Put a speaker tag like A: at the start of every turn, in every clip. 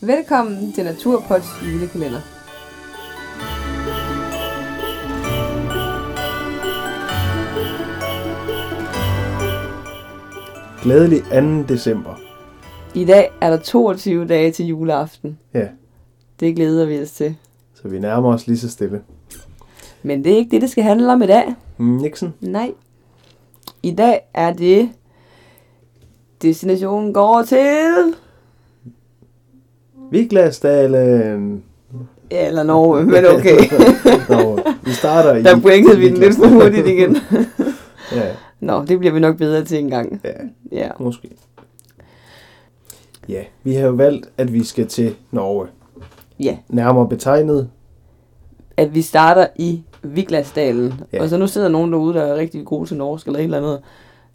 A: Velkommen til Naturpods julekalender.
B: Glædelig 2. december.
A: I dag er der 22 dage til juleaften.
B: Ja,
A: Det glæder vi os til.
B: så vi nærmer os lige så stille.
A: Men det er ikke det, det skal handle om i dag.
B: Nixon.
A: Nej. I dag er det... Destinationen går til...
B: Viglasdalen.
A: Ja, eller Norge, men okay.
B: øh, Nå, vi starter i...
A: Der brænkede vi den lidt for hurtigt igen.
B: Ja,
A: Nå, det bliver vi nok bedre til en gang.
B: ja,
A: Ja.
B: måske. Ja, vi har jo valgt, at vi skal til Norge.
A: ja.
B: Nærmere betegnet.
A: At vi starter i Viglasdalen.
B: Ja.
A: Og så nu sidder nogen derude, der er rigtig gode til norsk eller et eller andet.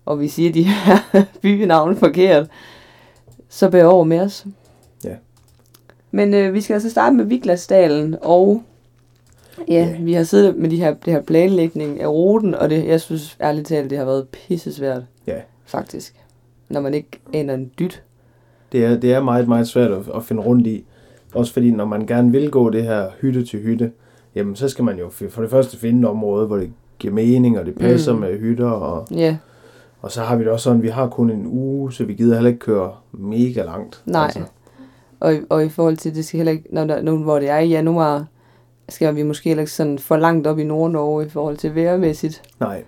A: Og vi siger de her bynavne forkert. Så bær over med os.
B: Ja.
A: Men øh, vi skal altså starte med Viglasdalen, og ja,
B: Ja.
A: vi har siddet med de her, det her planlægning af ruten, og det, jeg synes ærligt talt, det har været pissesvært,
B: Ja,
A: faktisk. Når man ikke aner en dyt.
B: det er, det er meget, meget svært at, at finde rundt i. Også fordi, når man gerne vil gå det her hytte til hytte, jamen så skal man jo f- for det første finde et område, hvor det giver mening, og det passer
A: Mm.
B: mm. med hytter, og
A: Ja,
B: Og så har vi det også sådan, vi har kun en uge, så vi gider heller ikke køre mega langt.
A: nej. Altså. Og, i- og i forhold til, det skal heller ikke, når, der, nu, hvor det er i januar, skal vi måske heller ikke sådan for langt op i Nord-Norge i forhold til vejrmæssigt.
B: nej.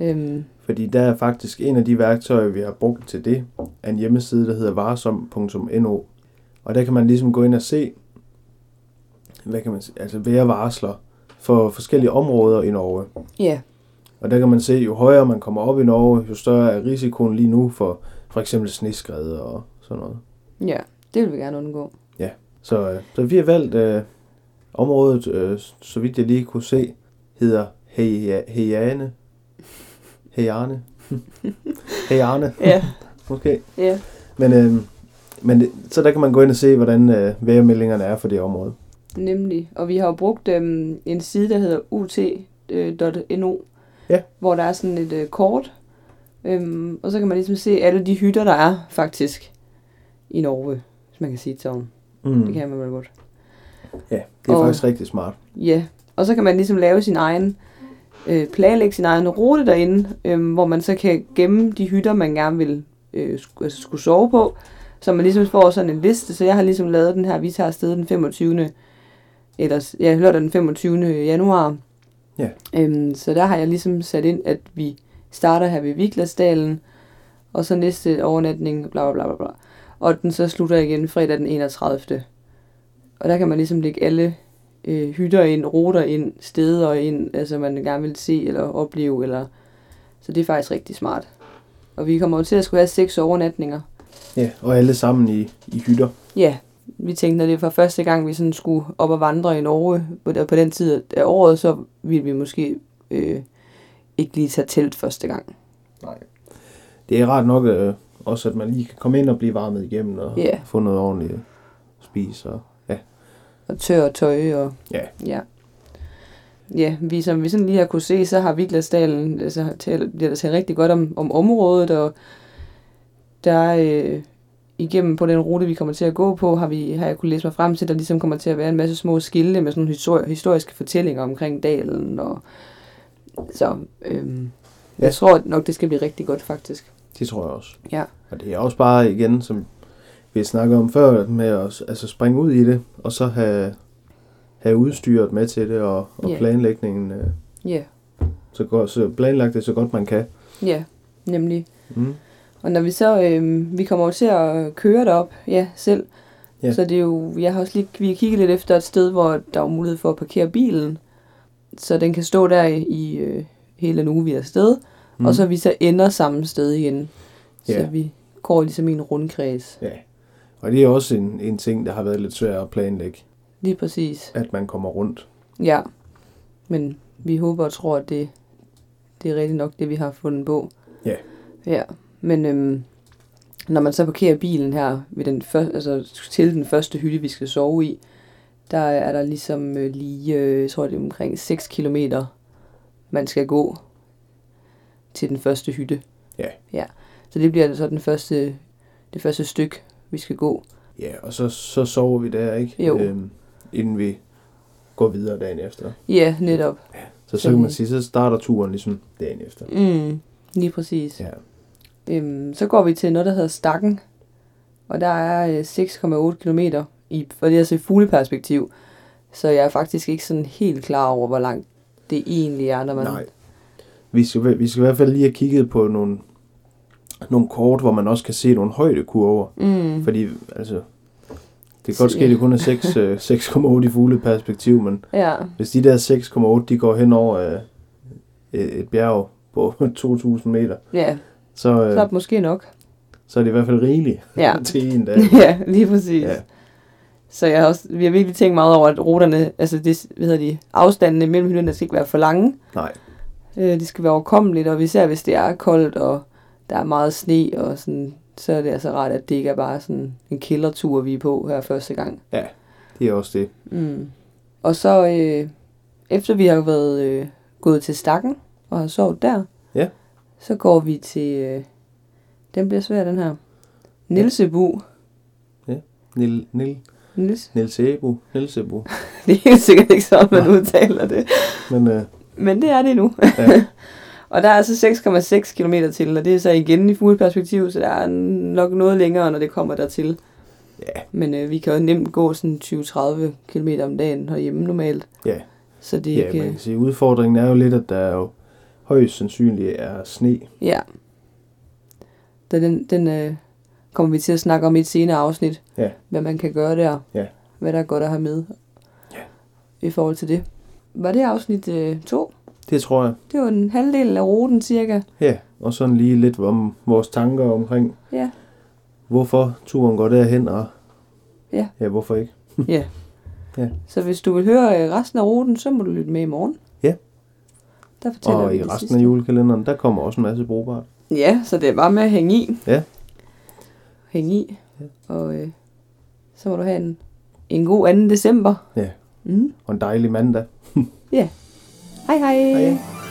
A: Øhm,
B: Fordi der er faktisk en af de værktøjer, vi har brugt til det, er en hjemmeside, der hedder varsom.no. Og der kan man ligesom gå ind og se, hvad kan man sige, altså vejrvarsler for forskellige områder i Norge.
A: ja,
B: Og der kan man se, jo højere man kommer op i Norge, jo større er risikoen lige nu for for eksempel sneskrede og sådan noget.
A: ja, det vil vi gerne undgå.
B: Så, øh, så vi har valgt øh, området, øh, så vidt jeg lige kunne se, hedder Heja- Hejane. Hejane. Hejane,
A: Ja,
B: måske.
A: ja.
B: Men, øh, men det, så der kan man gå ind og se, hvordan øh, vejrmeldingerne er for det område.
A: Nemlig. Og vi har jo brugt øhm, en side, der hedder ut.no,
B: Ja.
A: hvor der er sådan et øh, kort. Øhm, og så kan man ligesom se alle de hytter, der er faktisk i Norge, hvis man kan sige det sådan.
B: Mm.
A: Det kan man vel godt.
B: Ja, det er
A: Og-
B: faktisk rigtig smart.
A: Ja, og så kan man ligesom lave sin egen, øh, planlægge sin egen rute derinde, øh, hvor man så kan gemme de hytter, man gerne vil øh, skulle, altså skulle sove på, så man ligesom får sådan en liste. Så jeg har ligesom lavet den her, vi tager afsted den 25. Eller, ja, lørdag den 25. januar.
B: Ja.
A: Øhm, så der har jeg ligesom sat ind, at vi starter her ved Viklasdalen, og så næste overnatning, bla bla bla bla. Og den så slutter igen fredag den 31. Og der kan man ligesom lægge alle øh, hytter ind, ruter ind, steder ind, altså man gerne vil se eller opleve. Eller... Så det er faktisk rigtig smart. Og vi kommer jo til at skulle have seks overnatninger.
B: Ja, og alle sammen i, i hytter.
A: Ja, vi tænkte, at det var første gang, vi sådan skulle op og vandre i Norge, og der- på den tid af året, så ville vi måske øh, ikke lige tage telt første gang.
B: Det er rart nok øh, også, at man lige kan komme ind og blive varmet igennem og
A: Ja.
B: få noget ordentligt at spise. Og, ja.
A: Og tør og tøj og...
B: Ja.
A: Ja. Ja, vi, som vi sådan lige har kunne se, så har Viglasdalen, altså taler, bliver der talt rigtig godt om, om området, og der er øh, igennem på den rute, vi kommer til at gå på, har, vi, har jeg kunne læse mig frem til, der ligesom kommer til at være en masse små skilte med sådan nogle histori- historiske fortællinger omkring dalen, og så øhm, ja.
B: Ja.
A: jeg tror nok, det skal blive rigtig godt faktisk.
B: Det tror jeg også.
A: Ja.
B: Og det er også bare igen, som vi snakkede om før, med at altså springe ud i det, og så have, have udstyret med til det, og, og
A: Ja.
B: yeah. planlægningen øh,
A: Ja, yeah.
B: så, godt, så planlagt det så godt man kan.
A: ja, yeah. nemlig.
B: Mm.
A: Og når vi så, øh, vi kommer jo til at køre derop, ja, selv. Ja.
B: Ja.
A: Så det er jo, jeg har også lige, vi har kigget lidt efter et sted, hvor der er mulighed for at parkere bilen. Så den kan stå der i, i øh, hele en uge, vi er afsted. Mm.
B: Mm.
A: Og så vi så ender samme sted igen. Så
B: Ja.
A: vi går ligesom i en rundkreds.
B: Ja. Og det er også en, en ting, der har været lidt svært at planlægge,
A: Lige præcis.
B: at man kommer rundt.
A: Ja. Men vi håber og tror, at det, det er rigtigt nok det, vi har fundet på.
B: Ja.
A: Ja, men øhm, når man så parkerer bilen her ved den første, altså, til den første hytte, vi skal sove i, der er der ligesom øh, lige, øh, jeg tror det er omkring 6 km, man skal gå til den første hytte.
B: Ja.
A: ja. Så det bliver så den første, det første stykke, vi skal gå.
B: Ja, og så, så sover vi der, ikke?
A: Jo.
B: Øhm, inden vi går videre dagen efter.
A: Ja, netop.
B: Så så kan man
A: Sådan.
B: sige, så starter turen ligesom dagen efter.
A: Mm, lige præcis.
B: Ja.
A: Øhm, så går vi til noget, der hedder Stakken, og der er øh, 6,8 km i, og det er altså i fugleperspektiv, så jeg er faktisk ikke sådan helt klar over, hvor langt det egentlig er, når man...
B: Nej. Vi skal, vi skal i hvert fald lige have kigget på nogle, nogle kort, hvor man også kan se nogle højdekurver.
A: Mm,
B: Fordi, altså, det kan godt
A: Så-
B: ske, at det kun er 6, øh, 6,8 i fugleperspektiv, men
A: ja,
B: hvis de der 6,8, de går hen over øh, et et bjerg på 2.000 meter,
A: ja,
B: så,
A: så er det
B: øh,
A: måske nok.
B: så er det i hvert fald rigeligt
A: Ja.
B: til en dag.
A: ja, lige præcis.
B: Ja.
A: Ja. Så jeg har også, vi har virkelig tænkt meget over, at ruterne, altså det, hvad hedder de, afstandene mellem hylderne skal ikke være for lange.
B: Nej,
A: Øh, det skal være overkommeligt, og især hvis det er koldt, og der er meget sne, og sådan, så er det altså rart, at det ikke er bare sådan en kældertur, vi er på her første gang.
B: det er også det.
A: Mm. Og så, øh, efter vi har været øh, gået til stakken, og har sovet der,
B: Ja.
A: så går vi til, øh, den bliver svær, den her, Nilsebu.
B: Nil, Nil,
A: Nils,
B: Nils Ebu, Nils Ebu.
A: det er helt sikkert ikke sådan, man
B: Nej.
A: udtaler det.
B: Men øh,
A: Men det er det nu.
B: Ja.
A: Ja. og der er altså 6,6 km til, og det er så igen i fugleperspektiv, så der er nok noget længere, når det kommer dertil.
B: Ja.
A: Men øh, vi kan jo nemt gå sådan 20-30 km om dagen herhjemme normalt.
B: Ja.
A: Så det er
B: ja,
A: ikke...
B: man
A: øh,
B: kan sige, udfordringen er jo lidt, at der jo højst sandsynligt er sne.
A: Ja. Da den, den øh, kommer vi til at snakke om i et senere afsnit.
B: Ja.
A: Hvad man kan gøre der.
B: Ja.
A: Hvad der er godt at have med.
B: Ja.
A: I forhold til det. Var det afsnit 2? Øh, to?
B: Det tror jeg.
A: det var en halvdel af ruten cirka.
B: Ja, og sådan lige lidt om vores tanker omkring,
A: Ja.
B: hvorfor turen går derhen, og
A: Ja.
B: ja hvorfor ikke?
A: Så hvis du vil høre øh, resten af ruten, så må du lytte med i morgen.
B: Ja.
A: Der fortæller
B: Og
A: vi
B: i
A: det
B: resten
A: sidste.
B: af julekalenderen, der kommer også en masse brugbart.
A: Ja, så det er bare med at hænge i.
B: Ja.
A: Hænge i.
B: Ja.
A: Og øh, så må du have en, en god 2. december.
B: Ja.
A: Mm.
B: Og en dejlig mandag.
A: Hej hej.
B: Hej.